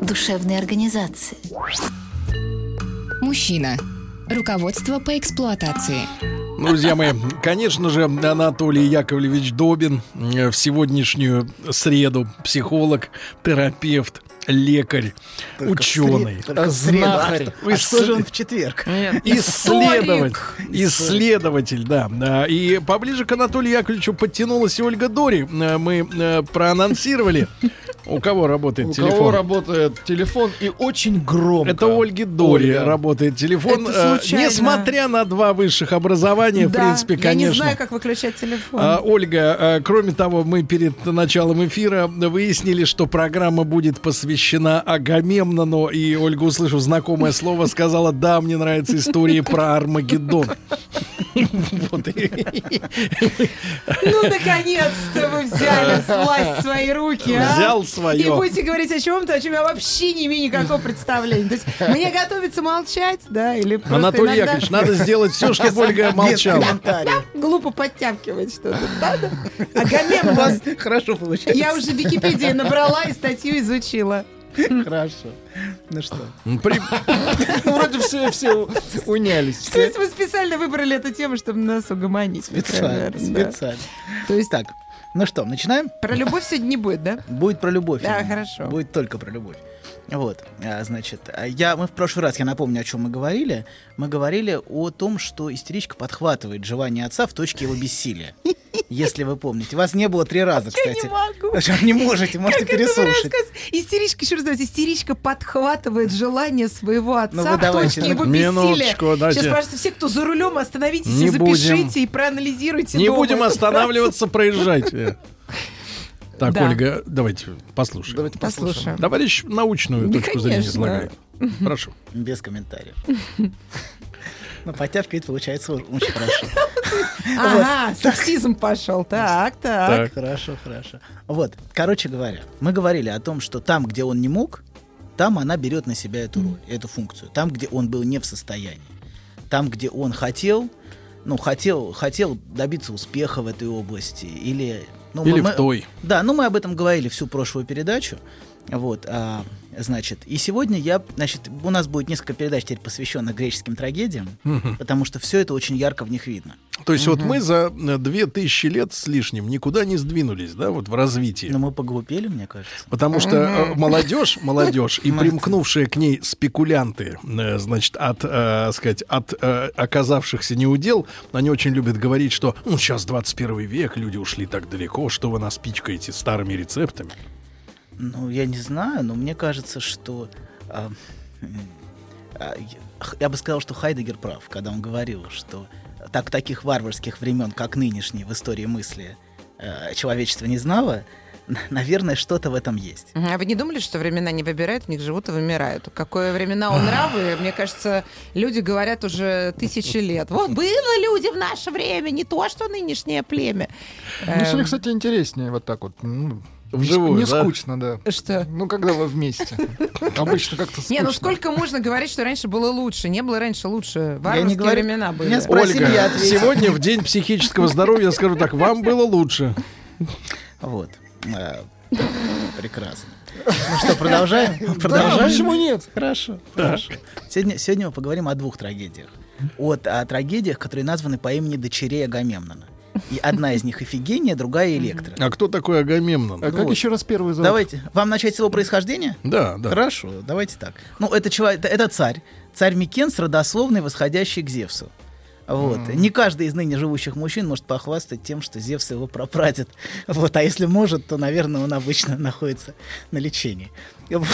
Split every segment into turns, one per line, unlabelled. душевной организации.
Мужчина. Руководство по эксплуатации.
Ну, Друзья мои, конечно же, Анатолий Яковлевич Добин э, в сегодняшнюю среду психолог, терапевт, лекарь, ученый,
Только в среду.
знахарь,
А, что же он в четверг?
исследователь, исследователь, да. А, И поближе к Анатолию Яковлевичу подтянулась и Ольга Дори. Э, Мы э, проанонсировали, у кого работает
У кого
телефон.
работает телефон и очень громко.
Это у Ольги Дори
Ольга.
работает телефон.
Это
Э,
случайно.
Несмотря на два высших образования, в
Да,
принципе, конечно.
Я не знаю, как выключать телефон.
А, Ольга, э, кроме того, мы перед началом эфира выяснили, что программа будет посвящена Агамемнону, и Ольга, услышав знакомое слово, сказала, да, мне нравятся истории про Армагеддон. Вот, и
Ну, наконец-то вы взяли с власть в свои руки, а?
Взял
И
свое.
будете говорить о чем-то, о чем я вообще не имею никакого представления. То есть мне готовится молчать, да, или просто
Анатолий
иногда
Яковлевич, надо сделать все, чтобы Ольга
Без
молчала.
комментариев.
глупо подтягивать что-то, да? да? Агамемнон.
Хорошо получается.
Я уже в Википедии набрала и статью изучила.
Хорошо. Ну что?
При-
Вроде все, все унялись.
То есть вы специально выбрали эту тему, чтобы нас угомонить. мне
Специально.
кажется, да.
Специально. То есть так. Ну что, начинаем?
Про любовь сегодня не будет, да?
Будет про любовь.
Да,
именно.
хорошо.
Будет только про любовь. Вот, а, значит, а я, мы в прошлый раз, я напомню, о чем мы говорили. Мы говорили о том, что истеричка подхватывает желание отца в точке его бессилия. Если вы помните. Вас не было три раза, кстати.
Я не могу.
Не можете, можете
Как это вы
переслушать.
рассказ- Истеричка, еще раз давайте, истеричка подхватывает желание своего отца
Ну, вы
в
давайте,
точке его
минуточку,
бессилия.
дайте.
Сейчас, пожалуйста, все, кто за рулем, остановитесь
Не
и запишите,
будем.
и проанализируйте
Не
дома
будем
эту
останавливаться, проезжайте. Так,
Да.
Ольга, давайте послушаем.
Давайте
фразу. Послушаем.
Товарищ научную
Да,
точку зрения
конечно.
излагает. Прошу.
Без комментариев. Ну, потявка это получается очень хорошо.
Ага, сексизм пошел. Так, так.
Так.
Хорошо, хорошо. Вот, короче говоря, мы говорили о том, что там, где он не мог, там она берет на себя эту роль, эту функцию. Там, где он был не в состоянии. Там, где он хотел, ну, хотел, хотел добиться успеха в этой области. Или, ну,
Или
мы-
в той.
Да, ну мы об этом говорили всю прошлую передачу. Вот, а, значит, и сегодня я, значит, у нас будет несколько передач теперь посвященных греческим трагедиям, потому что все это очень ярко в них видно.
То есть вот мы за э, две тысячи лет с лишним никуда не сдвинулись, да, вот в развитии.
Ну,
Но мы поглупели, мне кажется.
Потому что э, молодежь, молодежь
Ну,
и примкнувшие к ней спекулянты, э, значит, от, э, сказать, от э, оказавшихся неудел, они очень любят говорить, что ну, сейчас 21 век, люди ушли так далеко, что вы нас пичкаете старыми рецептами.
Ну, я не знаю, но мне кажется, что... а, м, а, я- х- я бы сказал, что Хайдегер прав, когда он говорил, что так, таких варварских времен, как нынешние в истории мысли, э, человечество не знало, наверное, что-то в этом есть.
Мгм. А вы не думали, что времена не выбирают, в них живут и вымирают? Какое времена у нравы, мне кажется, люди говорят уже тысячи лет. Вот было люди в наше время, не то, что нынешнее племя.
Ну,
Эм,
сегодня, кстати, интереснее вот так вот. ну,
Вживую,
не
да?
скучно, да.
Что?
Ну, когда вы вместе. Обычно как-то скучно.
Не, ну сколько можно говорить, что раньше было лучше? Не было раньше лучше.
Я не
Варварские
говорю-
времена были.
Меня спросили,
Ольга,
я ответил.
сегодня в день психического здоровья, я скажу так, вам было лучше.
Вот. Э, Прекрасно. Ну что, продолжаем?
Да,
Продолжаем?
А почему нет?
Хорошо, хорошо. Сегодня, сегодня мы поговорим о двух трагедиях. Вот о трагедиях, которые названы по имени дочерей Агамемнона. И одна из них Эфигения, другая Электра.
А кто такой Агамемнон?
А как
вот.
еще раз первый зовут?
Давайте, вам начать с его происхождения?
Да, да.
Хорошо, давайте так. Ну, это человек, это, это царь. Царь Микенс, родословный, восходящий к Зевсу. Вот. Не каждый из ныне живущих мужчин может похвастать тем, что Зевс его пропрадит. Вот. А если может, то, наверное, он обычно находится на лечении. Вот.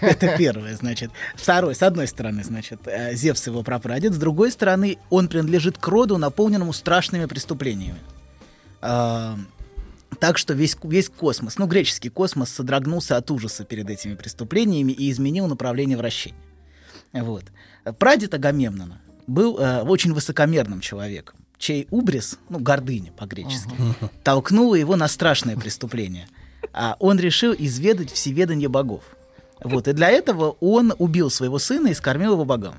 Это первое, значит. Второе, с одной стороны, значит, э, Зевс его пропрадит, с другой стороны, он принадлежит к роду, наполненному страшными преступлениями. А, Так что весь, весь космос, ну, греческий космос содрогнулся от ужаса перед этими преступлениями и изменил направление вращения. Вот. Прадед Агамемнона был э, очень высокомерным человеком, чей убрис, ну, гордыня по-гречески, толкнула его на страшное преступление. А он решил изведать всеведание богов. Вот. И для этого он убил своего сына и скормил его богам.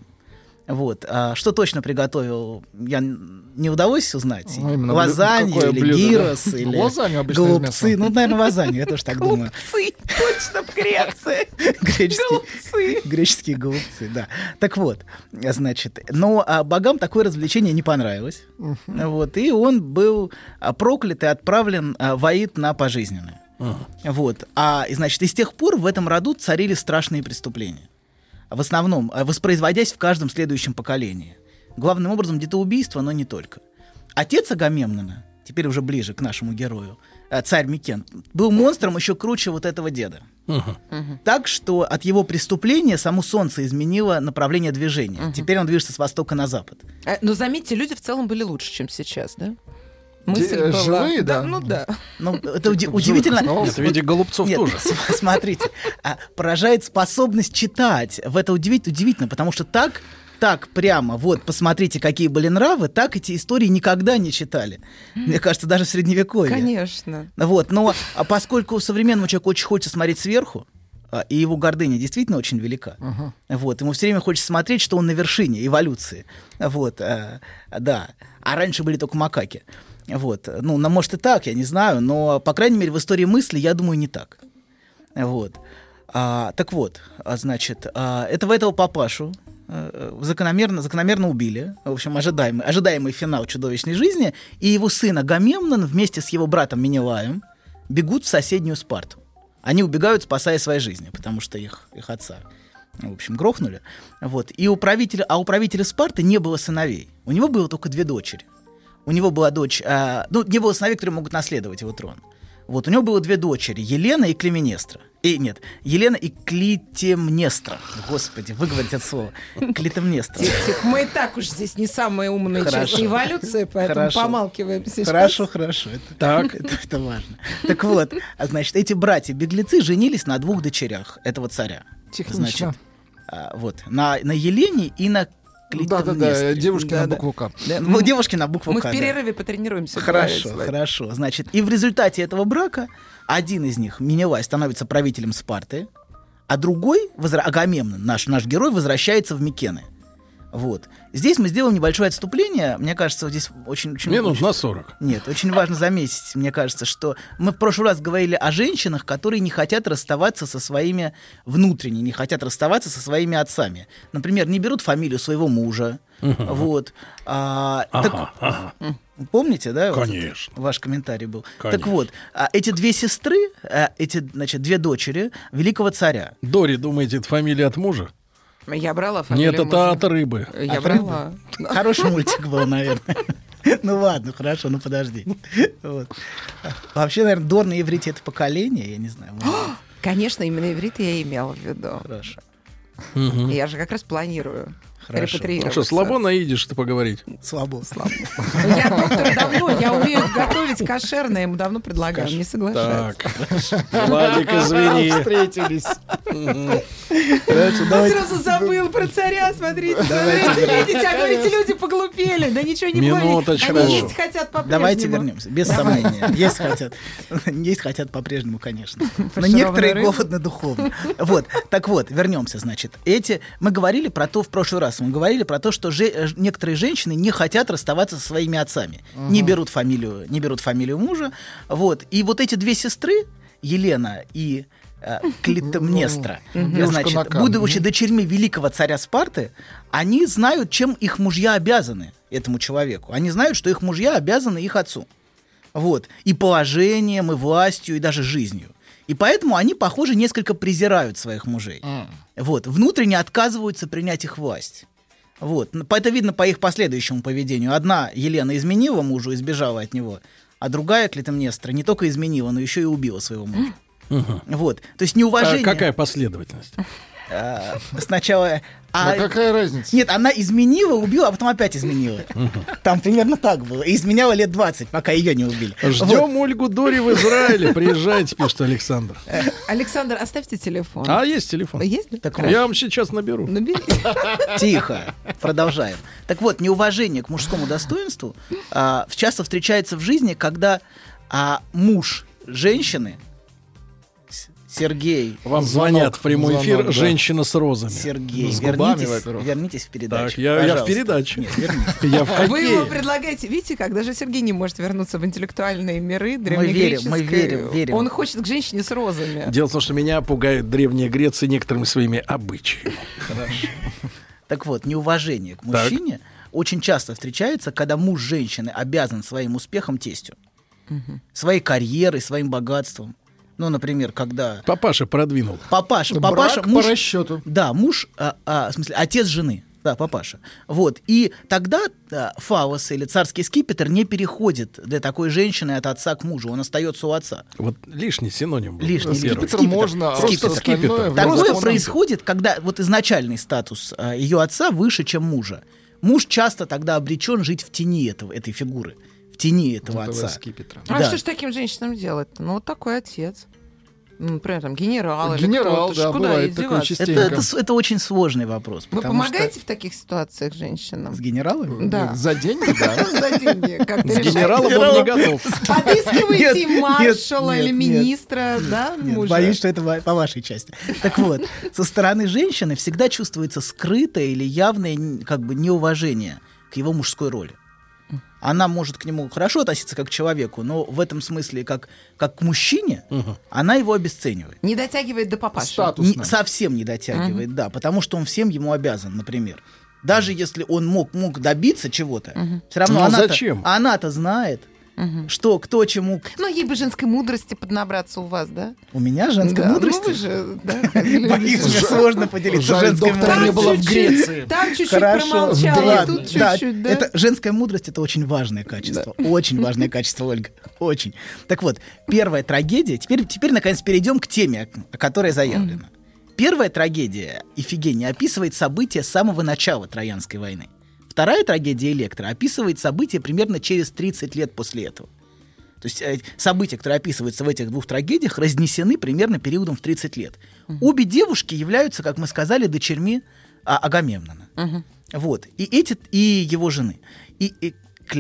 Вот. А что точно приготовил, я н- не удалось узнать.
Ну, именно блю-
Лазанью
какое
или
блюдо, да?
гирос, или
Лазанью обычно из
голубцы.
мяса.
Ну, наверное, лазанью, я тоже так думаю.
Голубцы, точно в Греции.
Греческий
Голубцы.
Греческие голубцы, да. Так вот, значит, но а, богам такое развлечение не понравилось. Вот, и он был а, проклят и отправлен а, в Аид на пожизненное. Вот. А, и, значит, и с тех пор в этом роду царили страшные преступления. В основном, а, воспроизводясь в каждом следующем поколении. Главным образом детоубийство, но не только. Отец Агамемнона, теперь уже ближе к нашему герою, а, царь Микен, был монстром еще круче вот этого деда. Так что от его преступления само Солнце изменило направление движения. Теперь он движется с востока на запад.
Э, Но заметьте, люди в целом были лучше, чем сейчас, да? Мысль
э,
Де-
была.
живые, да?
Ну да.
Ну, это уди- удивительно.
оставался.
Нет, в виде голубцов
Нет,
тоже.
с- смотрите, а, поражает способность читать. В это удивить- удивительно, потому что так, так прямо, вот, посмотрите, какие были нравы, так эти истории никогда не читали. Мне кажется, даже в Средневековье.
Конечно.
Вот, но а поскольку современному человеку очень хочется смотреть сверху, а, и его гордыня действительно очень велика. Вот, ему все время хочется смотреть, что он на вершине эволюции. Вот, э, да. А раньше были только макаки. Вот, ну, на- может и так, я не знаю, но, по крайней мере, в истории мысли, я думаю, не так. Вот. А, так вот, а, значит, а, этого этого папашу э, э, закономерно, закономерно убили. В общем, ожидаемый, ожидаемый финал чудовищной жизни. И его сын Агамемнон вместе с его братом Менелаем бегут в соседнюю Спарту. Они убегают, спасая свои жизни, потому что их, их отца, в общем, грохнули. Вот. И у правителя, а у правителя Спарты не было сыновей. У него было только две дочери. У него была дочь, а, ну, не было сыновей, которые могут наследовать его трон. Вот, у него было две дочери, Елена и Клеменестра. И нет, Елена и Клитемнестра. Господи, выговорить это слово. Клитемнестра.
Тих, мы и так уж здесь не самые умные
Хорошо.
части эволюции, поэтому
Хорошо.
помалкиваем сейчас.
Хорошо, хорошо. Это,
Так.
Это, это важно. Так вот, а значит, эти братья-беглецы женились на двух дочерях этого царя.
Технично.
Значит, а, вот, на, на Елене и на
Ну Да-да-да,
Клитемнестре.
девушки на
Да-да.
букву К.
Да, ну, девушки на букву
Мы в
«К», да.
перерыве потренируемся.
Хорошо,
говорить.
хорошо. Значит, и в результате этого брака один из них, Менелай, становится правителем Спарты, а другой, возра- Агамемнон, наш, наш герой, возвращается в Микены. Вот. Здесь мы сделаем небольшое отступление. Мне кажется, вот здесь очень... очень
Минут
очень-
на 40.
Нет, очень важно заметить, мне кажется, что мы в прошлый раз говорили о женщинах, которые не хотят расставаться со своими внутренними, не хотят расставаться со своими отцами. Например, не берут фамилию своего мужа. Вот. А, так-
Ага, ага.
Помните, да? вот
Конечно.
это ваш комментарий был. Так
Конечно.
вот, а эти две сестры, а эти, значит, две дочери великого царя.
Дори, думаете, это фамилия от мужа?
Я брала фамилию
Нет, это
мужа.
от рыбы.
Я брала.
А Хороший мультик был, наверное. Ну ладно, хорошо, ну подожди. Вот. Вообще, наверное, Дор на иврите это поколение, я не знаю. может,
Конечно, именно иврит я и имела в виду.
Хорошо.
Я же как раз планирую
Хорошо.
Ну
репатриироваться.
что, слабо наидишь ты поговорить?
Слабо.
Я доктор давно, я умею готовить кошерное, ему давно предлагаю, не соглашается.
Так. Владик, извини.
Встретились.
Хорошо,
Он
давайте.
сразу забыл про царя, смотрите. смотрите, видите, а говорите, люди поглупели. Да ничего не
Минуточку.
поняли. Они есть хотят по
Давайте вернемся, без сомнения. Есть хотят. Есть хотят по-прежнему, конечно. Но некоторые
рынок.
голодно духовно. Вот, так вот, вернемся, значит. Эти, мы говорили про то в прошлый раз, мы говорили про то, что же- э, некоторые женщины не хотят расставаться со своими отцами. Не берут фамилию, не берут фамилию мужа. Вот, и вот эти две сестры, Елена и э, Клитемнестра,
Девушка на
значит,
камне.
будучи дочерьми великого царя Спарты, они знают, чем их мужья обязаны этому человеку. Они знают, что их мужья обязаны их отцу. Вот. И положением, и властью, и даже жизнью. И поэтому они, похоже, несколько презирают своих мужей. Вот. Внутренне отказываются принять их власть. Вот. Ну, по- Это видно по их последующему поведению. Одна Елена изменила мужу, избежала от него, а другая, Клитемнестра, не только изменила, но еще и убила своего мужа. Вот. То есть
А
неуважение...
Какая последовательность?
э, сначала...
А,
Ну,
а-
какая разница?
Нет, она изменила, убила, а потом опять изменила. Там примерно так было. И изменяла лет 20, пока ее не убили. Вот.
Ждем Ольгу Дори в Израиле. Приезжайте, пишет Александр.
Александр, оставьте телефон.
А есть телефон?
Есть? Ну, да?
Так вот.
Я вам сейчас наберу.
Набери.
Тихо, продолжаем. Так вот, неуважение к мужскому достоинству а, в- часто встречается в жизни, когда а, муж женщины, С- Сергей,
Вам
Звонок,
звонят в прямой
звонок,
эфир
да.
женщина Ну, с розами.
Сергей,
С губами,
вернитесь,
во-первых.
вернитесь в передачу.
Так, я, я в
пожалуйста.
передаче.
Нет, вернитесь.
Я в
А Вы его
хоккее.
предлагаете, видите, как даже Сергей не может вернуться в интеллектуальные миры
верим, мы
древнегреческой.
верим, верим.
Он хочет к женщине с розами.
Дело в том, что меня пугает Древняя Греция некоторыми своими обычаями.
Так вот, неуважение к мужчине очень часто встречается, когда муж женщины обязан своим успехом тестю, своей карьерой, своим богатством. Ну, например, когда
Папаша продвинул.
папаша,
Брак
папаша,
по
муж,
расчету.
да, муж, а, а, в смысле, отец жены, да, папаша. Вот и тогда а, фалос или царский скипетр не переходит для такой женщины от отца к мужу, он остается у отца.
Вот лишний синоним был.
Лишний.
Первый.
Скипетр.
Скипетр можно, а
Скипетр.
все остальное...
Скипетр.
в
Такое
законном.
происходит, когда вот изначальный статус а, ее отца выше, чем мужа. Муж часто тогда обречен жить в тени этого, этой фигуры, в тени этого
Этого
отца.
скипетра.
А
Да.
что ж таким женщинам делать? Ну, вот такой отец. Ну, Например, там генерал. или
Генерал,
кто-то. Ж
да,
куда
бывает
ей
такое
деваться?
Это,
Стенька.
это с- это очень сложный вопрос.
Вы
потому
помогаете в таких ситуациях женщинам?
что- с генералами?
Да.
Ну, За деньги, да.
За деньги. Как
С генералом он не готов.
Нет,
Подыскиваете
нет,
маршала или
нет, нет.
министра, да,
Нет,
мужа?
боюсь, что это ва- по вашей части. Так вот, со стороны женщины всегда чувствуется скрытое или явное н- как бы неуважение к его мужской роли. Она может к нему хорошо относиться как к человеку, но в этом смысле как, как к мужчине она его обесценивает.
Не дотягивает до папаши.
Не-
Статусно.
совсем не дотягивает, да, потому что он всем ему обязан, например. Даже если он мог, мог добиться чего-то, все равно
Ну,
она-то,
зачем?
она-то знает, что кто чему.
Ну, ей бы женской мудрости поднабраться у вас, да?
У меня женская
Да,
мудрость.
Ну, вы же, да.
Боюсь, мне сложно поделиться
жаль,
женской
доктора не
мудростью.
было в Греции.
Там чуть-чуть
Хорошо.
промолчала,
Да,
и
ладно.
тут чуть-чуть, да?
Это женская мудрость это очень важное качество. Очень важное качество, Ольга. Очень. Так вот, первая трагедия. Теперь, теперь наконец, перейдем к теме, о которой заявлено. Первая трагедия Ифигения описывает события самого начала Троянской войны. Вторая трагедия Электра описывает события примерно через 30 лет после этого. То есть э, события, которые описываются в этих двух трагедиях, разнесены примерно периодом в 30 лет. Обе девушки являются, как мы сказали, дочерьми а, Агамемнона. Вот. И эти и его жены. И, и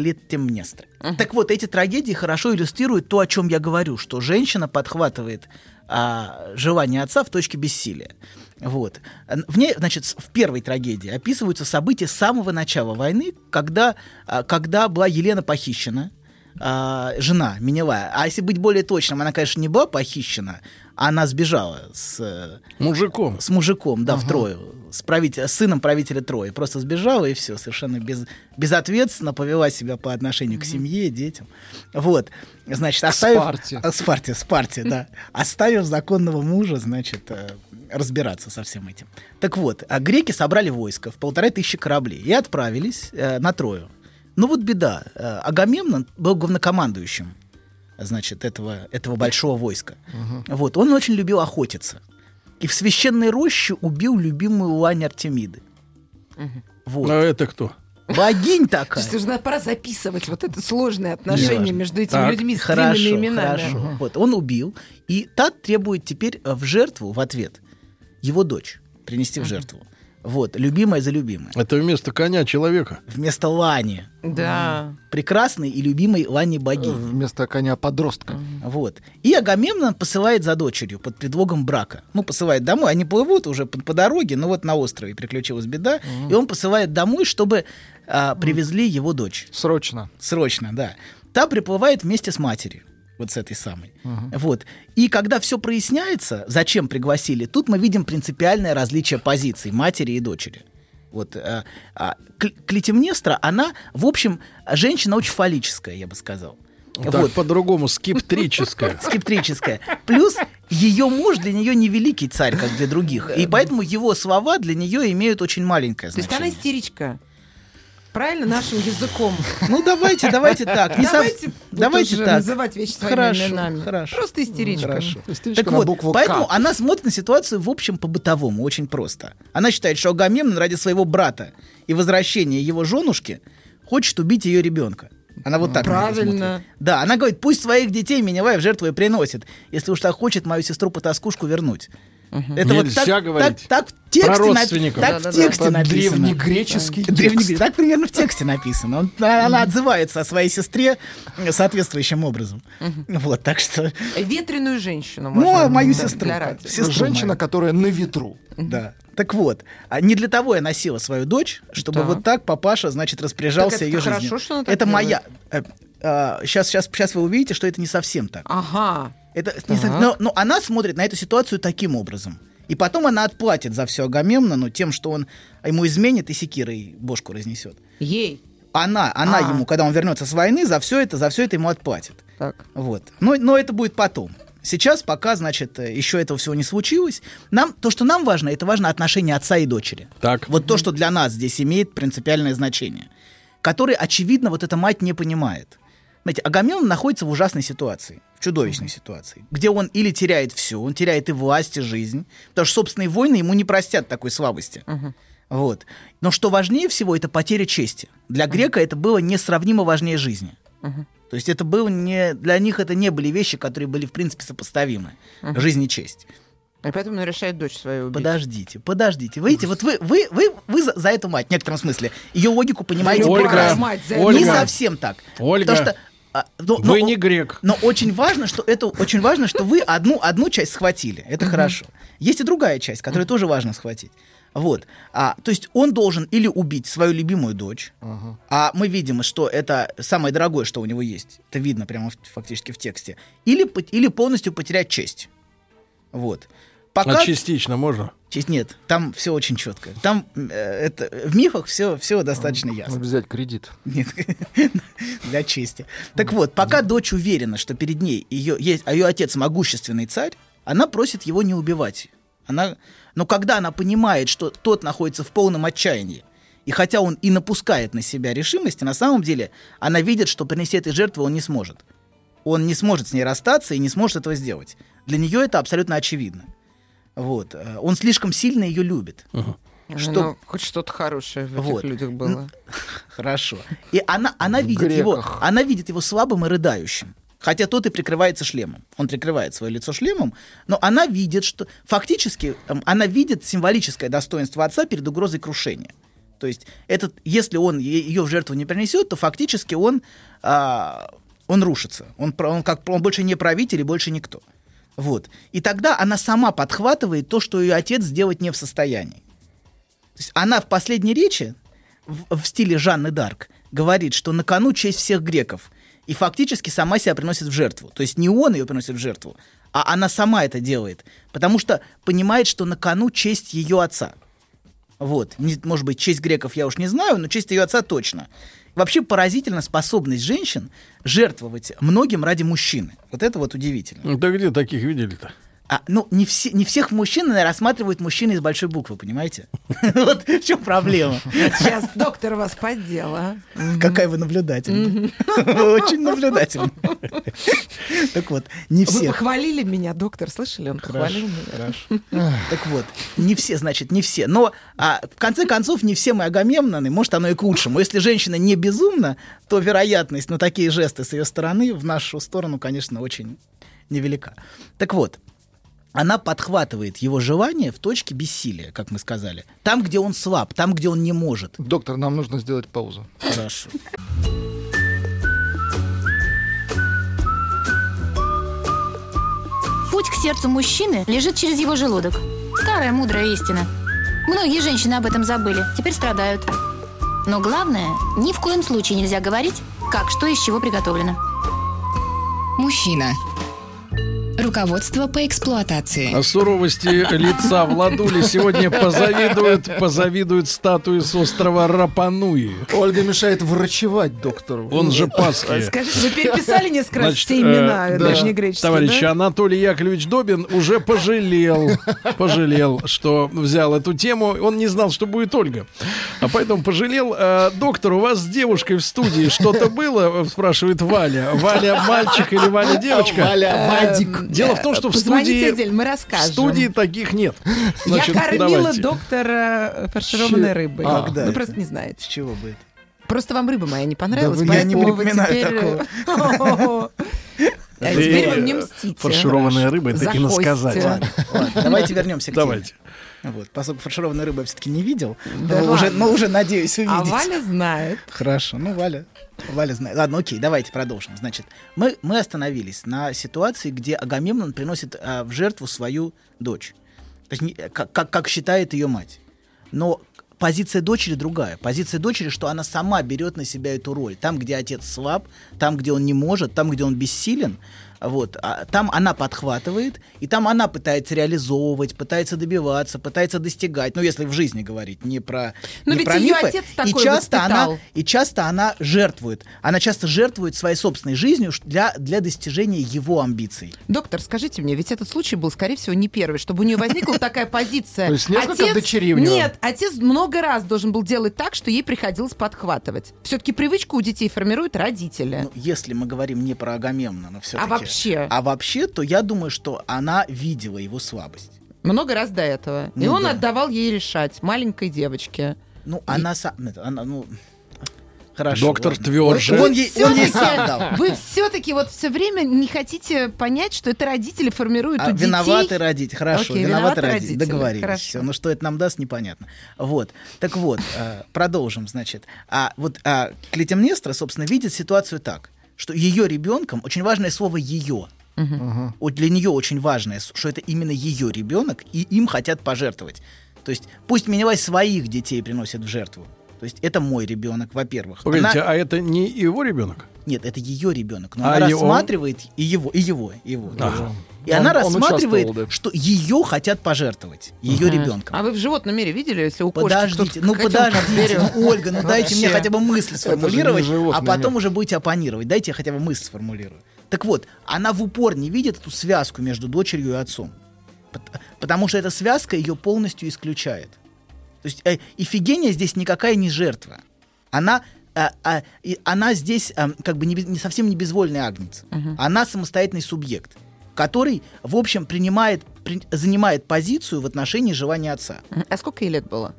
Клетемнестры. Так вот, эти трагедии хорошо иллюстрируют то, о чем я говорю, что женщина подхватывает а, желание отца в точке бессилия. Вот. Н- В ней, значит, с- в первой трагедии описываются события самого начала войны, когда, а, когда была Елена похищена, а, жена Миневая. А если быть более точным, она, конечно, не была похищена, она сбежала с, э,
Мужиком.
с мужиком, да, в Трою, с, правите- с сыном правителя Трои. Просто сбежала и все, совершенно без, безответственно повела себя по отношению к семье, детям. Вот, значит, оставив...
Спарте.
А, Спарте, Спарте, да. Оставив законного мужа, значит, э, разбираться со всем этим. Так вот, а греки собрали войско в полторы тысячи кораблей и отправились э, на Трою. Ну вот беда. э, Агамемнон был главнокомандующим, значит, этого, этого большого войска. Вот, он очень любил охотиться. И в священной роще убил любимую лань Артемиды. Вот.
А это кто?
Богинь такая.
Слушайте, уже надо ну, а пора записывать вот это сложное отношение
Неважно.
между этими
Так.
людьми с длинными
Хорошо,
именами.
хорошо. Вот, он убил, и та требует теперь э, в жертву, в ответ, его дочь принести в жертву. Вот, любимая за любимое.
Это вместо коня человека.
Вместо Лани,
Да.
прекрасной и любимой Лани богини.
Вместо коня подростка.
Вот. И Агамемнон посылает за дочерью под предлогом брака. Ну, посылает домой. Они плывут уже по, по дороге, но вот на острове приключилась беда. И он посылает домой, чтобы а, привезли его дочь.
Срочно.
Срочно, да. Та приплывает вместе с матерью. Вот с этой самой. Вот. И когда все проясняется, зачем пригласили, тут мы видим принципиальное различие позиций матери и дочери. Вот э, а, Кл- Клитемнестра, она, в общем, женщина очень фаллическая, я бы сказал.
Так, по-другому, скиптрическое.
Скептрическая. Плюс ее муж для нее не великий царь, как для других. И поэтому его слова для нее имеют очень маленькое
То есть она
значение.
истеричка. правильно нашим языком.
Ну давайте, давайте так. не со-
Давайте, вот
давайте
уже
так.
называть вещи своими
Хорошо,
именами.
хорошо.
Просто истеричка.
Хорошо.
Истеричка
Так
на
вот,
букву «К».
поэтому она смотрит на ситуацию в общем по-бытовому, очень просто. Она считает, что Агамемнон ради своего брата и возвращения его женушки хочет убить ее ребенка. Она вот так на это
Правильно.
смотрит. Да, она говорит, пусть своих детей Миневаев жертвой приносит, если уж так хочет мою сестру по тоскушку вернуть. Это
Нельзя говорить
Так, так в тексте,
про
нап-
родственников.
так в
Да-да-да,
тексте
Это
написано.
древнегреческий
Древний
текст.
Грек. Так примерно в тексте написано. Он- она, она отзывается о своей сестре э, соответствующим образом. Вот, так что,
Ветреную женщину.
ну,
можно
а мою
для-
сестру.
для
так,
радио.
сестру
Женщина,
мою.
которая на ветру.
Да. Так вот, а не для того я носила свою дочь, чтобы
Так.
вот так папаша, значит, распоряжался
Так это
ее жизнью.
хорошо, что она так
это
делает.
моя. э, а, Сейчас, сейчас, сейчас вы увидите, что это не совсем так.
Ага.
Это не совсем- но, но она смотрит на эту ситуацию таким образом. И потом она отплатит за все Агамемнону тем, что он ему изменит и секирой бошку разнесет.
Ей.
Она, она
А.
ему, когда он вернется с войны, за все это, за все это ему отплатит.
Так.
Вот. Но, но это будет потом. Сейчас, пока, значит, э, еще этого всего не случилось, нам, то, что нам важно, это важно отношение отца и дочери.
Так.
Вот то, что для нас здесь имеет принципиальное значение, которое, очевидно, вот эта мать не понимает. Знаете, Агамемнон находится в ужасной ситуации, в чудовищной ситуации, где он или теряет все, он теряет и власть, и жизнь, потому что собственные войны ему не простят такой слабости. Вот. Но что важнее всего, это потеря чести. Для грека это было несравнимо важнее жизни. То есть это был не для них это не были вещи, которые были в принципе сопоставимы. Жизнь и честь.
И поэтому она решает дочь свою убить.
Подождите, подождите. Вы видите, вот вы, вы, вы, вы за, за эту мать в некотором смысле. Ее логику понимаете
Ольга,
прекрасно.
мать, за
Ольга,
не совсем ну, так.
Ольга,
Потому что, а, но-
Вы
но-
не грек.
но очень важно, что это очень важно, что вы одну одну часть схватили. Это хорошо. Есть и другая часть, которую тоже важно схватить. Вот. А, то есть он должен или убить свою любимую дочь, а мы видим, что это самое дорогое, что у него есть. Это видно прямо в- фактически в тексте. Или, по- или полностью потерять честь. Вот. Пока...
А частично можно?
Честь нет, там все очень четко. Там э, это, в мифах все, все достаточно ясно.
Надо взять кредит.
Нет, для чести. Так вот, пока дочь уверена, что перед ней ее, есть, а ее отец могущественный царь, она просит его не убивать. Она, но когда она понимает, что тот находится в полном отчаянии, и хотя он и напускает на себя решимости, на самом деле она видит, что принести этой жертвы он не сможет. Он не сможет с ней расстаться и не сможет этого сделать. Для нее это абсолютно очевидно. Вот. э, Он слишком сильно ее любит.
Что?
Что-
хоть что-то хорошее в этих
Вот. Ну.
людях было.
Хорошо. И она, она
В
видит его,
греках.
она видит его слабым и рыдающим. Хотя тот и прикрывается шлемом. Он прикрывает свое лицо шлемом, но она видит, что фактически эм, она видит символическое достоинство отца перед угрозой крушения. То есть этот, если он е- ее в жертву не принесет, то фактически он, а, он рушится. Он, про- он, как, он больше не правитель и больше никто. Вот. И тогда она сама подхватывает то, что ее отец сделать не в состоянии. То есть она в последней речи в, в стиле Жанны Дарк говорит, что на кону честь всех греков. И фактически сама себя приносит в жертву. То есть не он ее приносит в жертву, а она сама это делает. Потому что понимает, что на кону честь ее отца. Вот. Не- может быть, честь греков я уж не знаю, но честь ее отца точно. Вообще поразительна способность женщин жертвовать многим ради мужчины. Вот это вот удивительно.
Ну, Да где таких видели-то?
А, ну, не, все, не всех мужчин наверное, рассматривают мужчины из большой буквы, понимаете? Вот в чем проблема.
Сейчас доктор вас поддела.
Какая вы наблюдательная. Вы очень наблюдательная. Так вот, не
Вы
всех.
похвалили меня, доктор, слышали? Он похвалил меня.
Так вот, не все, значит, не все. Но а, в конце концов, не все мы агамемноны, может, оно и к лучшему. Если женщина не безумна, то вероятность на такие жесты с ее стороны в нашу сторону, конечно, очень невелика. Так вот, она подхватывает его желание в точке бессилия, как мы сказали. Там, где он слаб, там, где он не может.
Доктор, нам нужно сделать паузу.
Хорошо.
Путь к сердцу мужчины лежит через его желудок. Старая мудрая истина. Многие женщины об этом забыли, теперь страдают. Но главное, ни в коем случае нельзя говорить, как что из чего приготовлено.
Мужчина. Руководство по эксплуатации.
О А суровости лица Владули сегодня позавидуют, позавидуют статуи с острова Рапануи.
Ольга мешает врачевать доктору.
Ну,
Он же Пасхи.
Скажите, вы переписали несколько раз
Значит,
все
э,
имена
да.
древнегреческие,
Товарищ
да?
Анатолий Яковлевич Добин уже пожалел, пожалел, что взял эту тему. Он не знал, что будет Ольга. А поэтому пожалел. Э, Доктор, у вас с девушкой в студии что-то было? э, Спрашивает Валя. Валя мальчик или Валя девочка?
Валя, Вадик.
Дело в том, ну, что в
Эм, Позвоните
студии...
отдельно, мы
В
расскажем.
студии таких нет. Значит,
Я кормила
давайте.
доктора э, фаршированной
Щи-
рыбой.
А,
Вы
да.
просто не знаете.
С чего бы это?
Просто вам рыба моя не понравилась,
Да вы-
я не
поэтому вы э,
припоминаю
Э,
теперь... А
Ты,
теперь вы мне
э,
мстите.
Фаршированная рыба, это
За
киносказатель.
кости.
Ладно, давайте вернемся к теме.
Давайте.
Вот, поскольку фаршированную рыбу я все-таки не видел,
Да
но, уже,
ладно.
но уже надеюсь увидеть.
А Валя знает.
Хорошо, ну Валя. Валя знает. Ладно, окей, давайте продолжим. Значит, мы, мы остановились на ситуации, где Агамемнон приносит а, в жертву свою дочь. То есть, не- как, как, как считает ее мать. Но позиция дочери другая. Позиция дочери, что она сама берет на себя эту роль. Там, где отец слаб, там, где он не может, там, где он бессилен, вот, а там она подхватывает, и там она пытается реализовывать, пытается добиваться, пытается достигать. Ну, если в жизни говорить, не про
Но
не
ведь
про
её
мифы.
отец
и
такой
часто она
воспитал.
и часто она жертвует. Она часто жертвует своей собственной жизнью ш- для для достижения его амбиций.
Доктор, скажите мне, ведь этот случай был, скорее всего, не первый, чтобы у нее возникла такая позиция.
То есть несколько дочерей у него?
Нет, отец много раз должен был делать так, что ей приходилось подхватывать. Все-таки привычку у детей формируют родители.
Ну, если мы говорим не про Агамемнона, все
А вообще?
А вообще, то я думаю, что она видела его слабость.
Много раз до этого. И
Ну
он
да.
отдавал ей решать, маленькой девочке.
Ну, она сама, она, ну, хорошо.
Доктор
ладно.
тверже.
Он ей, он ей
Всё-таки
сам дал.
Вы все-таки вот все время не хотите понять, что это родители формируют
А,
у детей.
Виноваты родители, хорошо,
Окей,
виноваты
виноваты
родители,
родители,
договорились.
хорошо.
Всё, ну что это нам даст, непонятно. Вот, так вот, э, продолжим, значит. А вот а, Клетимнестра, собственно, видит ситуацию так, что ее ребенком, очень важное слово «ее», вот для нее очень важное, с- что это именно ее ребенок, и им хотят пожертвовать. То есть пусть Миневай своих детей приносит в жертву. То есть это мой ребенок, во-первых.
Погодите,
Она-
а это не его ребенок?
нет, это ее ребенок, но
А
она
и он?
рассматривает и его, и его, и его.
Ага.
И
Он-
она
он
рассматривает,
участвовал, да.
что ее хотят пожертвовать, ее ребенком.
А вы в животном мире видели, если у кошки
Подождите,
кто-то
ну
котенка
подождите,
берет?
ну, Ольга, ну дайте мне
Вообще.
хотя бы мысль сформулировать,
животный
а потом уже будете оппонировать. Дайте я хотя бы мысль сформулирую. Так вот, она в упор не видит эту связку между дочерью и отцом. Пот- Потому что эта связка ее полностью исключает. То есть э, Ифигения здесь никакая не жертва. Она, э, а, и она здесь э, как бы не, без- не совсем не безвольная агнец. Она самостоятельный субъект, который, в общем, принимает, при- занимает позицию в отношении желания отца.
А сколько ей лет было?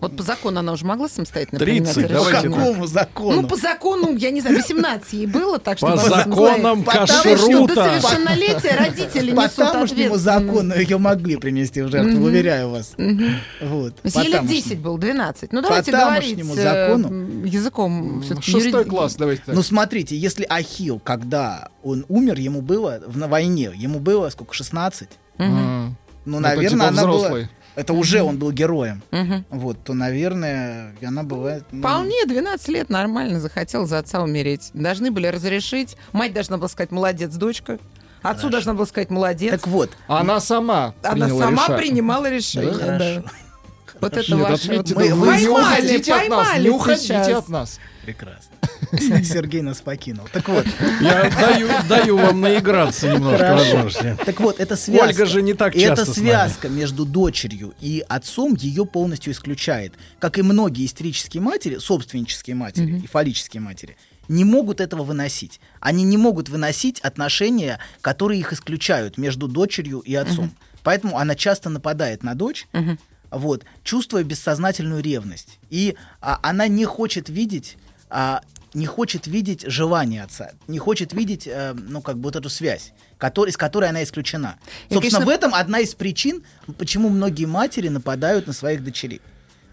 Вот по закону она уже могла самостоятельно
30,
принимать
давайте
решение?
так. Какому
закону?
Ну, по закону, я не знаю, 18 ей было, так что...
По
можно
законам
сказать.
Потому что
Что до
кашрута.
совершеннолетия родители
По
несут
тамошнему
ответственность.
закону ее могли принести в жертву, уверяю вас. Вот.
То есть ей лет
по-тамошнему.
10 был, 12. Ну, давайте говорить
тамошнему
э,
закону.
языком все-таки
Шестой класс, давайте так.
Ну, смотрите, если Ахил, когда он умер, ему было в- на войне, ему было сколько, 16?
М.
Ну,
Это
наверное,
типа
она была...
взрослый.
Это уже он был героем. Вот, то, наверное, она была... ну,
Вполне 12 лет нормально захотел за отца умереть. Должны были разрешить. Мать должна была сказать «молодец, дочка». Отцу должна была сказать «молодец».
Так вот,
Она сама
Она
приняла
сама
решение.
принимала решение.
Да?
да. Вот это
Нет,
ваше...
ответьте,
Мы-
да,
вы
вы не
поймали,
уходите от нас,
поймали
не уходите
сейчас.
от нас.
прекрасно. Сергей нас покинул. Так вот,
Я даю, даю вам наиграться немножко
Хорошо.
возможности.
так вот, это связка.
Ольга же не так
И
часто с
Эта
нами.
связка между дочерью и отцом ее полностью исключает. Как и многие истерические матери, собственнические матери и фаллические матери, не могут этого выносить. Они не могут выносить отношения, которые их исключают между дочерью и отцом. Поэтому она часто нападает на дочь, вот, чувствуя бессознательную ревность. И а, она не хочет видеть... а, не хочет видеть желание отца, не хочет видеть, э, ну, как бы вот эту связь, который, из которой она исключена.
Я,
Собственно,
конечно,
в этом одна из причин, почему многие матери нападают на своих дочерей.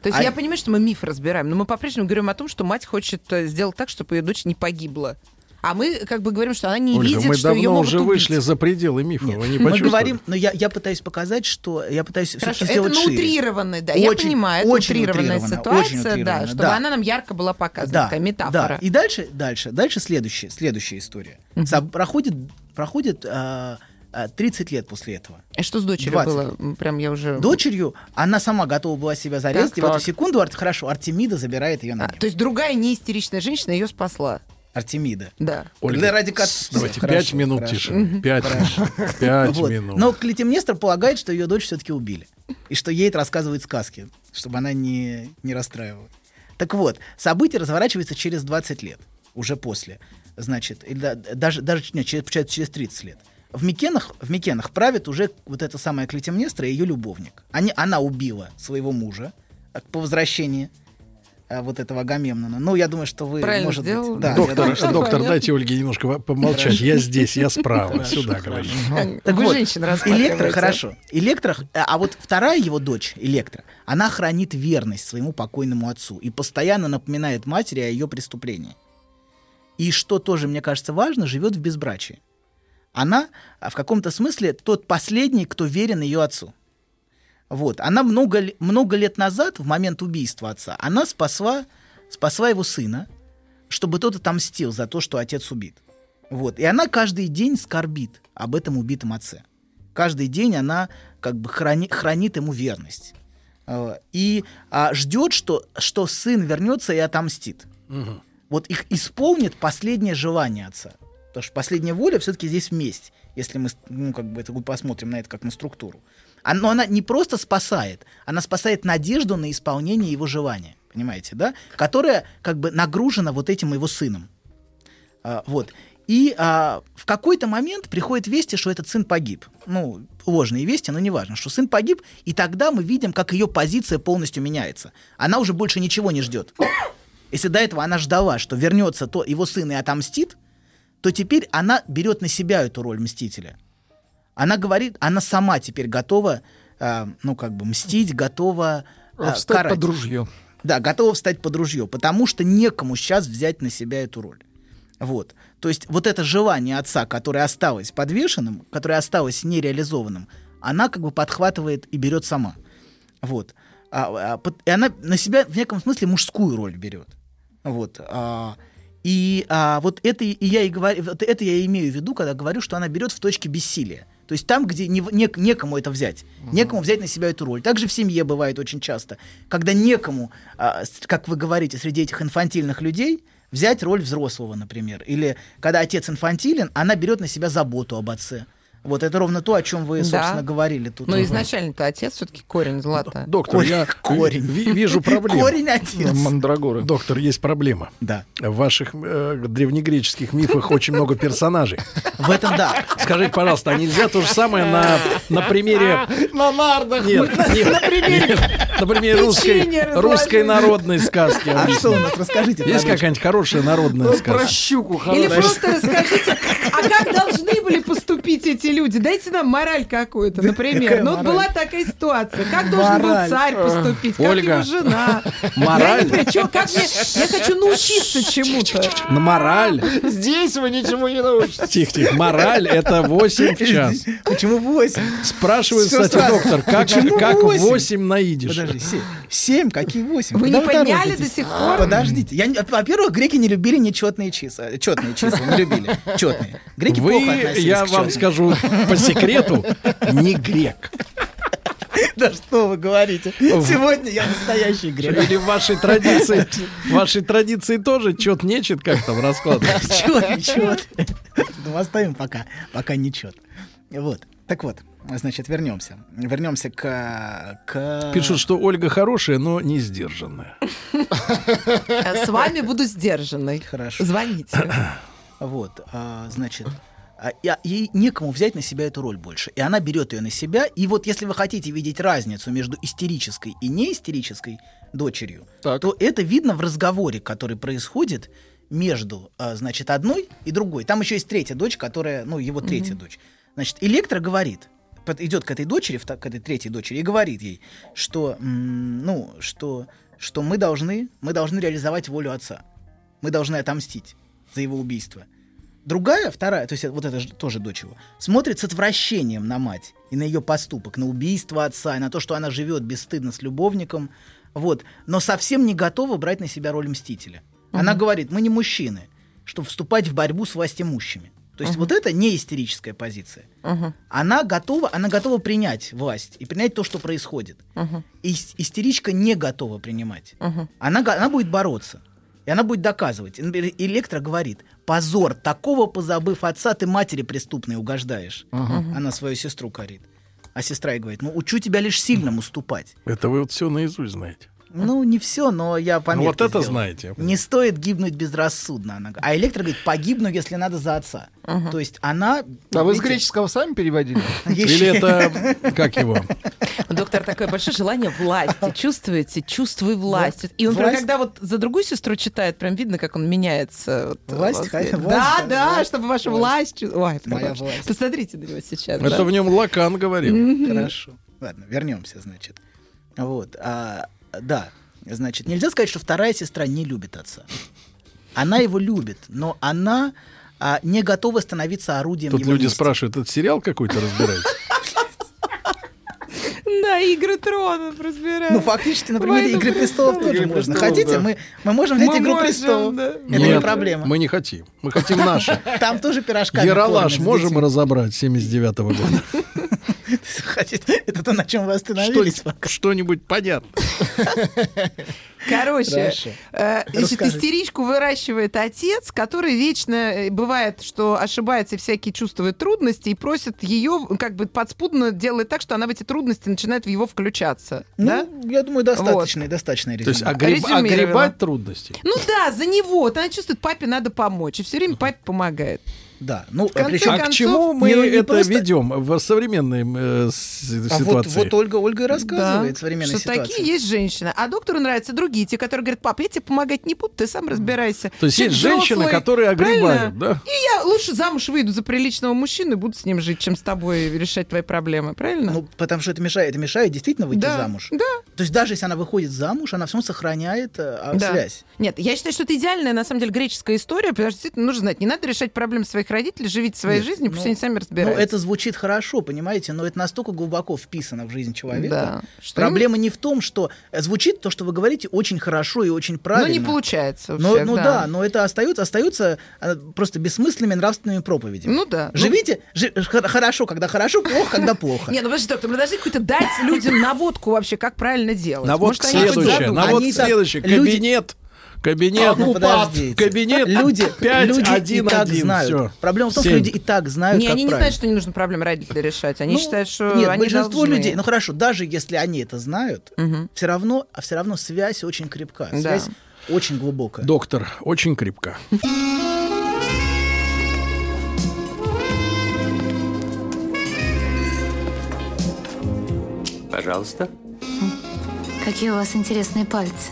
То есть
А-
я понимаю, что мы миф разбираем, но мы по-прежнему говорим о том, что мать хочет э, сделать так, чтобы ее дочь не погибла. А мы как бы говорим, что она не
Ольга,
видит,
мы
что ее
давно
могут
уже
убить.
вышли за пределы мифа.
Нет,
Вы не
мы
почувствовали?
говорим, но я, я пытаюсь показать, что я пытаюсь
Хорошо,
все-таки
это
сделать
на
шире.
утрированной, да, я
Очень-
понимаю, это
очень
утрированная
утрированно, очень
ситуация, да,
утрированно,
чтобы
да.
она нам ярко была показана, такая метафора.
Да. И дальше, дальше, дальше следующая, следующая история. Со- проходит, проходит а, а, 30 лет после этого.
И А что с дочерью
20.
было? М, Прям я уже...
Дочерью она сама готова была себя зарезать,
Так,
и в эту
так.
секунду, Арт- хорошо, Артемида забирает ее на
А,
небо.
то есть другая не истеричная женщина ее спасла.
Артемида.
Да.
Да ради кат-
тс, Давайте
Хорошо,
пять минут
хорошо.
тишины. Пять минут. Пять
Ну Вот.
минут.
Но Клетимнестр полагает, что ее дочь все-таки убили. И что ей это рассказывают сказки, чтобы она не, не расстраивалась. Так вот, событие разворачивается через 20 лет, уже после. Значит, или да- даже, даже нет, через, получается, через 30 лет. В Микенах, в Микенах правит уже вот эта самая Клетимнестра и ее любовник. Они, она убила своего мужа а, по возвращении а, вот этого Агамемнона. Ну, я думаю, что вы,
Правильно
может
сделала.
быть... Да, я думаю,
Доктор, а
что
доктор,
понятно.
дайте Ольге немножко во- помолчать. Я здесь, я справа.
Хорошо,
Сюда, говорите.
Так Вы
вот,
женщина
Электра,
рассматриваете.
хорошо. Электра, э, а вот вторая его дочь, Электра, она хранит верность своему покойному отцу и постоянно напоминает матери о ее преступлении. И что тоже, мне кажется, важно, живет в безбрачии. Она а, в каком-то смысле тот последний, кто верен ее отцу. Вот. Она много, л- много лет назад, в момент убийства отца, она спасла, спасла его сына, чтобы тот отомстил за то, что отец убит. Вот. И она каждый день скорбит об этом убитом отце. Каждый день она как бы храни- хранит ему верность. Э, И а, ждет, что, что сын вернется и отомстит. Вот их исполнит последнее желание отца. Потому что последняя воля все-таки здесь месть, если мы ну, как бы это посмотрим на это как на структуру. А- Но она не просто спасает, она спасает надежду на исполнение его желания, понимаете, да? Которая как бы нагружена вот этим его сыном. А, вот. И а, в какой-то момент приходит вести, что этот сын погиб. Ну, ложные вести, но неважно, что сын погиб, и тогда мы видим, как ее позиция полностью меняется. Она уже больше ничего не ждет. Если до этого она ждала, что вернется то его сын и отомстит, то теперь она берет на себя эту роль мстителя. Она говорит, она сама теперь готова, а, ну, как бы мстить, готова а,
Встать
карать.
под ружье.
Да, готова встать под ружье, потому что некому сейчас взять на себя эту роль. Вот. То есть вот это желание отца, которое осталось подвешенным, которое осталось нереализованным, она как бы подхватывает и берет сама. Вот. А, а, под- и она на себя в неком смысле мужскую роль берет. Вот. А, и а, вот это и я и говорю, вот это я и имею в виду, когда говорю, что она берет в точке бессилия. То есть там, где не, не- некому это взять, некому взять на себя эту роль. Также в семье бывает очень часто, когда некому, а, с- как вы говорите, среди этих инфантильных людей взять роль взрослого, например, или когда отец инфантилен, она берет на себя заботу об отце. Вот это ровно то, о чем вы,
Да.
собственно, говорили тут.
Но
Мгм.
изначально-то отец все-таки корень злата.
Доктор,
Корень-
я
корень.
ви- вижу проблему.
Корень отец.
Мандрагоры.
Доктор, есть проблема.
Да.
В ваших э, древнегреческих мифах очень много персонажей.
В этом да.
Скажите, пожалуйста, а нельзя то же самое на, на
А,
примере...
На нардах.
Нет, нет, на примере, на примере
Печенье
русской,
разложили.
русской народной сказки.
А что у нас? Расскажите.
Есть
Фадыч.
какая-нибудь хорошая народная
Про
сказка?
щуку
Или
хорошую.
просто расскажите, а как должны были поступить эти люди? Дайте нам мораль какую-то, например.
какая
Ну, вот
мораль?
была такая ситуация. Как должен был
Мораль.
царь поступить? Как
Ольга,
его жена? Я
Мораль?
не при чём. Как мне... Я хочу научиться чему-то.
На мораль?
Здесь вы ничему не научитесь.
Тихо-тихо. Мораль — это 8 в час.
Почему 8?
Спрашивает,
Всё
кстати,
сразу.
доктор, как,
Почему
как
восемь?
8 наидиш?
Подожди, 7. 7? Какие 8?
Вы не подняли до сих пор?
Подождите. Я, не- во-первых, греки не любили нечетные числа. э, Четные числа не любили. Четные. Греки
Вы,
плохо относились
я вам
к чётным.
скажу по секрету, не грек.
Да что вы говорите? Сегодня я настоящий грек.
Или в вашей традиции, в вашей традиции тоже чет нечет как там раскладывается.
Чет, чет. Ну, оставим пока. Пока не чет. Вот. Так вот, значит, вернемся. Вернемся к... к...
Пишут, что Ольга хорошая, но не сдержанная.
С вами буду сдержанной.
Хорошо.
Звоните.
Вот, а, значит, а, и- а, ей некому взять на себя эту роль больше. И она берет ее на себя. И вот если вы хотите видеть разницу между истерической и неистерической дочерью,
Так.
то это видно в разговоре, который происходит между, а, значит, одной и другой. Там еще есть третья дочь, которая, ну, его третья дочь. Значит, Электра говорит, под- идет к этой дочери, вто- к этой третьей дочери, и говорит ей, что, м, ну, что, что мы должны, мы должны реализовать волю отца. Мы должны отомстить за его убийство. Другая, вторая, то есть вот это же тоже дочь его, смотрит с отвращением на мать и на ее поступок, на убийство отца, и на то, что она живет бесстыдно с любовником, вот, но совсем не готова брать на себя роль мстителя. Она говорит, мы не мужчины, чтобы вступать в борьбу с властимущими. То есть вот это не истерическая позиция.
Мгм.
Она готова, она готова принять власть и принять то, что происходит.
Мгм.
Ис- истеричка не готова принимать.
Мгм.
Она, го- она будет бороться. И она будет доказывать. И, например, Электра говорит, позор, такого позабыв отца, ты матери преступной угождаешь. Она свою сестру корит. А сестра ей говорит, ну учу тебя лишь сильным уступать.
Это вы вот все наизусть знаете.
Ну, не все, но я
Ну,
пометки
вот это
сделал.
знаете. я понимаю.
Не стоит гибнуть безрассудно. Она... г- А Электра говорит, погибну, если надо, за отца. То есть она...
А вы с
видите,
греческого сами переводили?
ещё-
Или это, как его,
Доктор, такое большое желание власти. Чувствуете? Чувствуй власть. И он, прям,
Власть.
когда вот за другую сестру читает, прям видно, как он меняется. Вот,
Власть,
вот.
хай-
Да,
власть,
да,
власть,
чтобы ваша власть...
власть.
чу- Ой, это
Моя
хорошо.
власть.
Посмотрите на него сейчас. да.
это в нем Лакан говорил.
Хорошо. Ладно, вернемся, значит. Вот. а, да, значит, нельзя сказать, что вторая сестра не любит отца. Она его любит, но она а, не готова становиться орудием
Тут
его
люди
мести.
спрашивают, это сериал какой-то разбирается?
Да, игры трона разбирает.
Ну, фактически, например,
Войну
«Игры престолов» тоже
«Игры
можно.
престолов»,
Хотите,
да.
мы, мы можем взять
Мы
«Игру
можем,
престолов».
да.
Это не
Нет,
проблема.
Мы не хотим. Мы хотим наши.
Там тоже пирожками
Ералаш
кормят
можем
детей.
разобрать 79 года?
Хотите? Это то, на чем вы остановились.
Что- Что-нибудь понятно.
Короче,
Хорошо.
э, значит,
Расскажи.
истеричку выращивает отец, который вечно э, бывает, что ошибается и всякие чувствует трудности и просит ее, как бы подспудно делает так, что она в эти трудности начинает в его включаться. да?
Ну, я думаю, достаточно, достаточно
То есть а
резюме.
огреб-
Резюмировала.
огребать трудности.
Ну да, за него. Вот Она чувствует, папе надо помочь. И все время папе помогает.
Да, ну,
конце
причем
А к
концов, ну,
чему мы
не- не
это
просто-
ведем в современной э, с-
А вот,
ситуации?
вот Ольга, Ольга и
Да,
рассказывает современные
что
ситуации.
такие есть женщины. А доктору нравятся другие, те, которые говорят, пап, я тебе помогать не буду, ты сам разбирайся.
То есть
Ты
есть женщины,
взрослый,
которые огребают,
правильно?
да?
И я лучше замуж выйду за приличного мужчину и буду с ним жить, чем с тобой решать твои проблемы, правильно?
Ну, потому что это мешает, это мешает действительно выйти
Да,
замуж.
да.
То есть даже если она выходит замуж, она все равно сохраняет э, а,
Да.
связь.
Нет, я считаю, что это идеальная, на самом деле, греческая история, потому что действительно нужно знать, не надо решать проблемы своих родителей, живите своей
Нет,
жизнью, пусть
ну,
они сами
Ну,
разбираются.
это звучит хорошо, понимаете, но это настолько глубоко вписано в жизнь
Да.
человека.
Что
Проблема не в том, что э, звучит то, что вы говорите, очень хорошо и очень
Ну,
правильно.
не получается у
Но-
всех,
ну
да.
да. но это остается, остается э, просто бессмысленными нравственными проповедями.
Ну да. Ну,
Живите жи- э, хор- хорошо, когда хорошо, плохо, когда плохо.
Не, ну подожди, доктор, мы должны какую-то дать людям наводку вообще, как правильно делать.
Наводка
Может, они хоть
следующая.
задумаются.
Наводка
Они так-
следующая.
люди-
Кабинет.
а,
Кабинет.
Ну, подождите.
Кабинет.
Люди,
5,
люди
1,
и так
1,
знают.
всё.
Проблема в том,
Семь.
что люди и так знают,
Не,
А как
они не
правильно.
знают, что не нужно проблемы родителей решать. Они
Ну,
считают, что
нет,
они
большинство
должны.
людей, ну хорошо, даже если они это знают, все равно, а все равно связь очень крепка,
Да.
связь очень глубокая.
Доктор, очень крепко.
Пожалуйста.
Какие у вас интересные пальцы.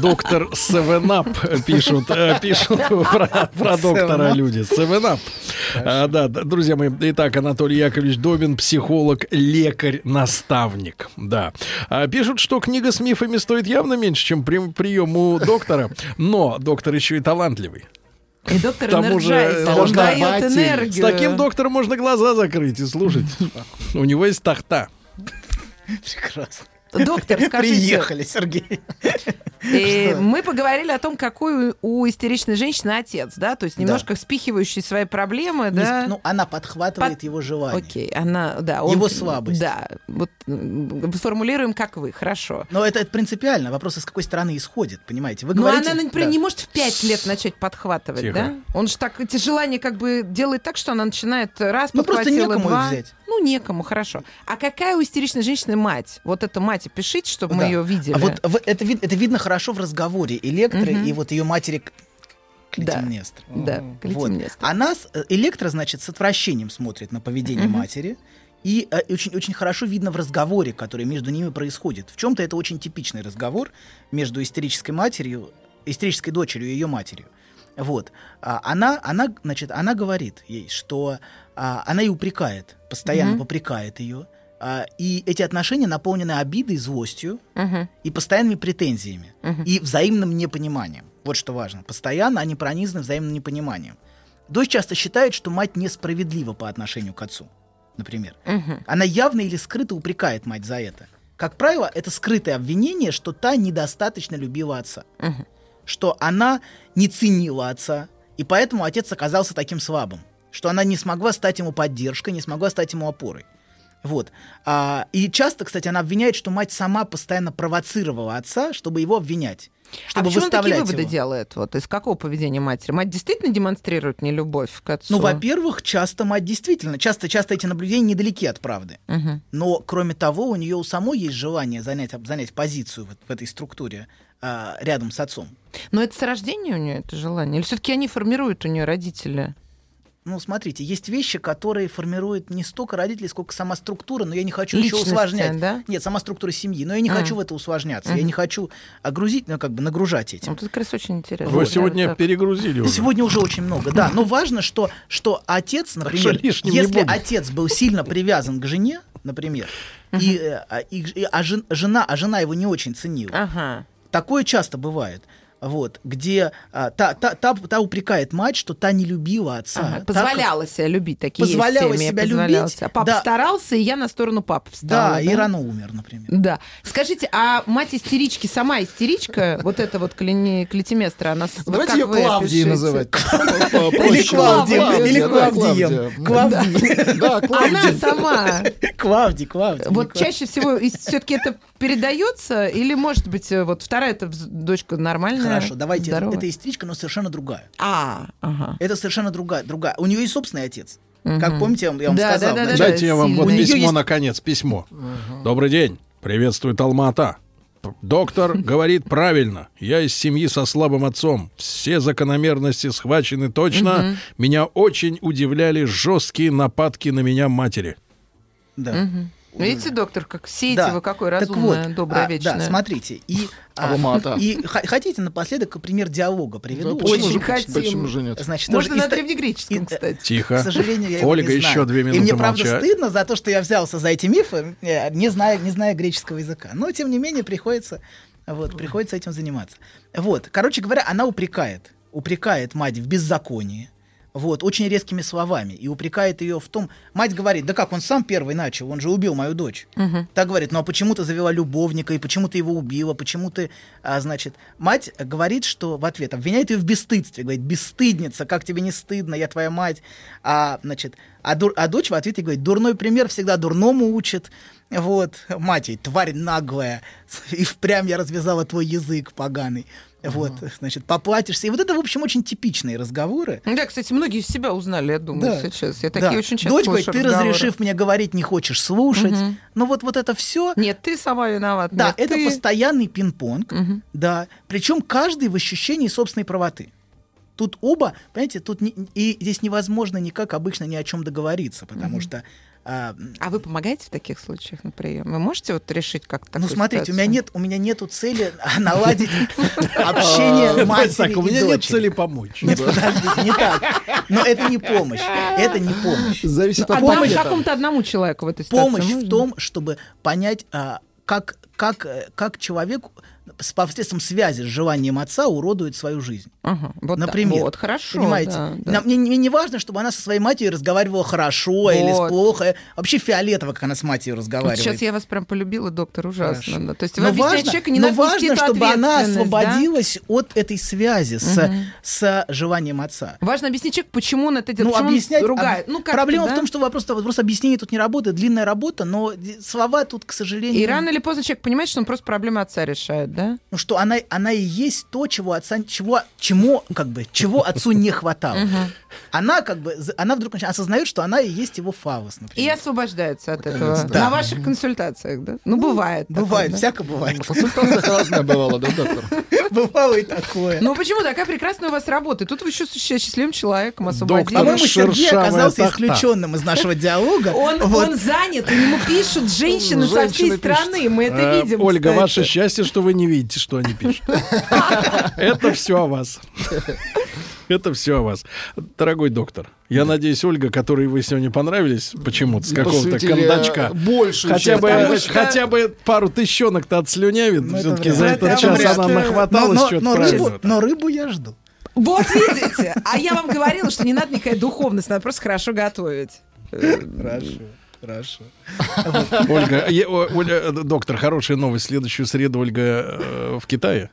Доктор Севенап пишут, э, пишут про, про доктора люди. Севенап. Да, да, друзья мои. Итак, Анатолий Яковлевич Добин, психолог, лекарь, наставник. Да. А, Пишут, что книга с мифами стоит явно меньше, чем при, прием у доктора. Но доктор еще и талантливый.
И доктор
к тому же
энерджайзер, он
можно
дает
обойти.
энергию.
С таким доктором можно глаза закрыть и слушать. У него есть тахта.
Прекрасно.
Доктор, скажите,
Приехали, Сергей.
э,
Что?
мы поговорили о том, какой у- у истеричной женщины отец, да? То есть немножко спихивающий свои проблемы,
Не
да?
сп- Ну, она подхватывает
Под-
его желание.
Окей, она, да. он-
Его слабость.
Да, вот м, формулируем, как вы, хорошо.
Но это, это принципиально. Вопрос, с какой стороны исходит, понимаете? Вы
Но
говорите...
Ну, она, например,
Да.
не может в 5 лет начать подхватывать,
Тихо.
да? Он же так эти желания как бы делает так, что она начинает э, раз
Ну, просто
подхватила,
некому их
два.
взять.
Ну, некому, хорошо. А какая у истеричной женщины мать? Вот эту мать опишите, чтобы мы
Да.
ее видели.
А вот в- это, вид- это видно хорошо в разговоре Электры и вот ее матери К-
Да.
Клитимнестры.
Да,
Вот.
Клитимнестра.
Она, с- э, Электра, значит, с отвращением смотрит на поведение матери. И э, очень, очень хорошо видно в разговоре, который между ними происходит. В чем-то это очень типичный разговор между истерической матерью, истерической дочерью и ее матерью. Вот. А, Она, она, значит, она говорит ей, что а, она и упрекает, постоянно
Мгм.
попрекает ее. А, И эти отношения наполнены обидой, злостью
Мгм.
и постоянными претензиями
Мгм.
и взаимным непониманием. Вот что важно. Постоянно они пронизаны взаимным непониманием. Дочь часто считает, что мать несправедлива по отношению к отцу, например.
Мгм.
Она явно или скрыто упрекает мать за это. Как правило, это скрытое обвинение, что та недостаточно любила отца.
Мгм.
Что она не ценила отца, и поэтому отец оказался таким слабым. Что она не смогла стать ему поддержкой, не смогла стать ему опорой. Вот. А, и часто, кстати, она обвиняет, что мать сама постоянно провоцировала отца, чтобы его обвинять.
а
Чтобы
почему он такие
выставлять
выводы
его.
делает? Вот из какого поведения матери? Мать действительно демонстрирует нелюбовь к отцу?
Ну, во-первых, часто мать действительно, часто-часто эти наблюдения недалеки от правды.
Мгм.
Но, кроме того, у нее у самой есть желание занять, занять позицию вот в этой структуре а, рядом с отцом.
Но это с рождения у нее это желание? Или все-таки они формируют у нее родители?
Ну, смотрите, есть вещи, которые формируют не столько родители, сколько сама структура, но я не хочу еще
Личности,
усложнять.
да?
Нет, сама структура семьи, но я не
А.
хочу в это усложняться. Я
Мгм.
не хочу огрузить, ну, как бы нагружать этим.
Вот это как раз очень интересно.
Вы
Да,
сегодня
вот так.
перегрузили уже.
Сегодня уже очень много, да. Но важно, что, что отец, например,
что лишним не
если
буду.
отец был сильно привязан к жене, например, и, э, а, и ж- и- а жен- жена, а жена его не очень ценила.
Ага.
Такое часто бывает. Вот, где а, та, та, та, та упрекает мать, что та не любила отца.
Ага.
Та-
Позволяла себя любить такие есть
Позволяла
семьи,
себя
позволяла
любить,
себя. А Папа
да.
старался, и я на сторону папы
да,
встала.
и рано умер, например.
Да. Скажите, а мать истерички сама истеричка, вот эта вот клини- клетиместра, она... с- вот
Давайте
как
ее
вы
Клавдией
опишите?
называть.
Или
Или
Клавдием, или Клавдием. Клавдий.
Да,
Она
Клавдия.
сама.
Клавдий, Клавдий.
Вот
Клавдий.
чаще всего все-таки это передается, или может быть э, вот вторая эта вз- дочка нормальная?
Хорошо, давайте. Это,
здоровая?
это истеричка, но совершенно другая.
А, ага.
Это совершенно другая, другая. У нее и собственный отец.
Мгм.
Как помните, я вам- я вам
Да, да,
сказал.
да, да,
да?
Дайте я вам
сильно.
вот
У неё
письмо,
есть-
наконец, письмо. Добрый день. Приветствует Алмата. П- Доктор говорит правильно. Я из семьи со слабым отцом. Все закономерности схвачены точно. Меня очень удивляли жесткие нападки на меня матери.
Да.
Видите, доктор, как все
Да.
эти вы какой
Так
разумная,
вот,
добрая,
а,
вечная.
Да, смотрите. И, а,
Алмата.
и х- хотите напоследок пример диалога приведу?
Да, почему
Очень
же-
хотим.
Почему же нет?
Значит,
Можно
тоже
на
иста- и- э,
древнегреческом, кстати.
Тихо.
К сожалению, я его
Ольга,
не знаю.
еще две минуты
И мне, правда,
молчать.
стыдно за то, что я взялся за эти мифы, э, не зная, не зная греческого языка. Но, тем не менее, приходится, вот, приходится этим заниматься. Вот, короче говоря, она упрекает. Упрекает мать в беззаконии. Вот, очень резкими словами. И упрекает ее в том... Мать говорит, да как, он сам первый начал, он же убил мою дочь. Так говорит, ну а почему ты завела любовника, и почему ты его убила, почему ты... а, значит, мать говорит, что в ответ обвиняет ее в бесстыдстве. Говорит, бесстыдница, как тебе не стыдно, я твоя мать. А, значит, а, дур- а дочь в ответе говорит, дурной пример всегда дурному учит. Вот, мать ей, тварь наглая, и впрямь я развязала твой язык поганый. Вот, значит, поплатишься. И вот это, в общем, очень типичные разговоры.
Ну Да, кстати, многие из себя узнали, я думаю,
Да.
сейчас. Я
Да.
такие очень часто
Дочь говорит,
слышу
ты
разговоры.
разрешив мне говорить, не хочешь слушать.
Мгм.
Ну вот, вот это все.
Нет, ты сама виновата.
Да,
нет,
это
ты...
постоянный пинг-понг,
Мгм.
да. Причем каждый в ощущении собственной правоты. Тут оба, понимаете, тут не- и здесь невозможно никак обычно ни о чем договориться, потому что, а,
А вы помогаете в таких случаях на прием? Вы можете вот решить как-то
ну
такую
смотрите, у меня
ситуацию?
нет, у меня нету цели наладить общение
Давайте А, так,
матери
у
и
меня нет цели
дочери.
помочь.
Нет, подождите, не так. Но это не помощь, это не помощь.
Зависит
Ну,
от
одному-
помощи.
какому-то одному человеку в этой ситуации.
помощь в
нужно?
том, чтобы понять, а, как, как, э, как человек с посредством связи с желанием отца уродует свою жизнь.
Ага, вот так.
Например.
Вот, хорошо.
Понимаете?
да, да.
Нам- мне, мне не важно, чтобы она со своей матерью разговаривала хорошо или
Вот.
с плохо. Вообще фиолетово, как она с матерью
Вот
разговаривает.
Сейчас я вас прям полюбила, доктор, ужасно.
Хорошо.
да. То есть вы
Но
объясняете
важно,
человеку, не
но
надо нести
важно
эту
чтобы она
ответственность, да?
освободилась от этой связи с, с желанием отца. Ну,
Важно объяснить человеку, почему он это делает, почему он ругает.
об-
Ну, как-то,
проблема в
да?
том, что вопрос, вопрос объяснения тут не работает, длинная работа, но д- слова тут, к сожалению,
И рано или поздно человек понимает, что он просто проблемы отца решает, да?
ну, что она, она и есть то, чего отца, чего, чему, как бы, чего отцу не хватало. Она как бы, за- она вдруг начи- осознает, что она и есть его фаус,
И
например.
освобождается от этого.
да.
На ваших консультациях, да? Ну, бывает. такое,
Бывает,
да?
всяко бывает.
Консультация разная бывала, да, доктор?
Бывало и такое.
Ну почему такая прекрасная у вас работа? И тут вы чувствуете себя счастливым человеком,
Доктор.
освободились.
По-моему, Сергей
шершавая
оказался
тахта.
исключенным из нашего диалога.
Он,
Вот.
он занят, и ему пишут женщины со
Женщины
всей
пишут.
страны. Мы это
Э,
видим.
Ольга,
кстати.
ваше счастье, что вы не видите, что они пишут. Это все о вас. Это все о вас. Дорогой доктор, Я надеюсь, Ольга, которой вы сегодня понравились почему-то, с какого-то
Посвятили, э,
кондачка.
большую
Хотя
часть
бы,
передачи.
хотя бы пару тысячонок-то отслюнявит. Все-таки
вряд
за
ли.
этот
Ну, Это
час
вряд
она
ли.
нахваталась
Но- но-
что-то
но рыбу-
правильного.
Но рыбу я жду.
Вот видите. А я вам говорила, что не надо никакая духовность, надо просто хорошо готовить.
Хорошо, хорошо.
Ольга, е- о- Оля, э, доктор, хорошая новость. Следующую среду Ольга э, в Китае.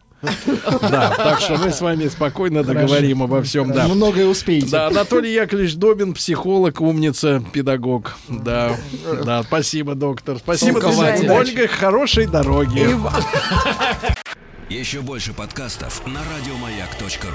Да, так что мы с вами спокойно договорим обо всем.
Ну,
Да.
Многое успеете.
Да, Анатолий Яковлевич Добин, психолог, умница, педагог. Да, да, спасибо, доктор. Спасибо, до
Толкователь.
свидания. Ольга, хорошей дороги.
Еще больше подкастов на радиомаяк.ру.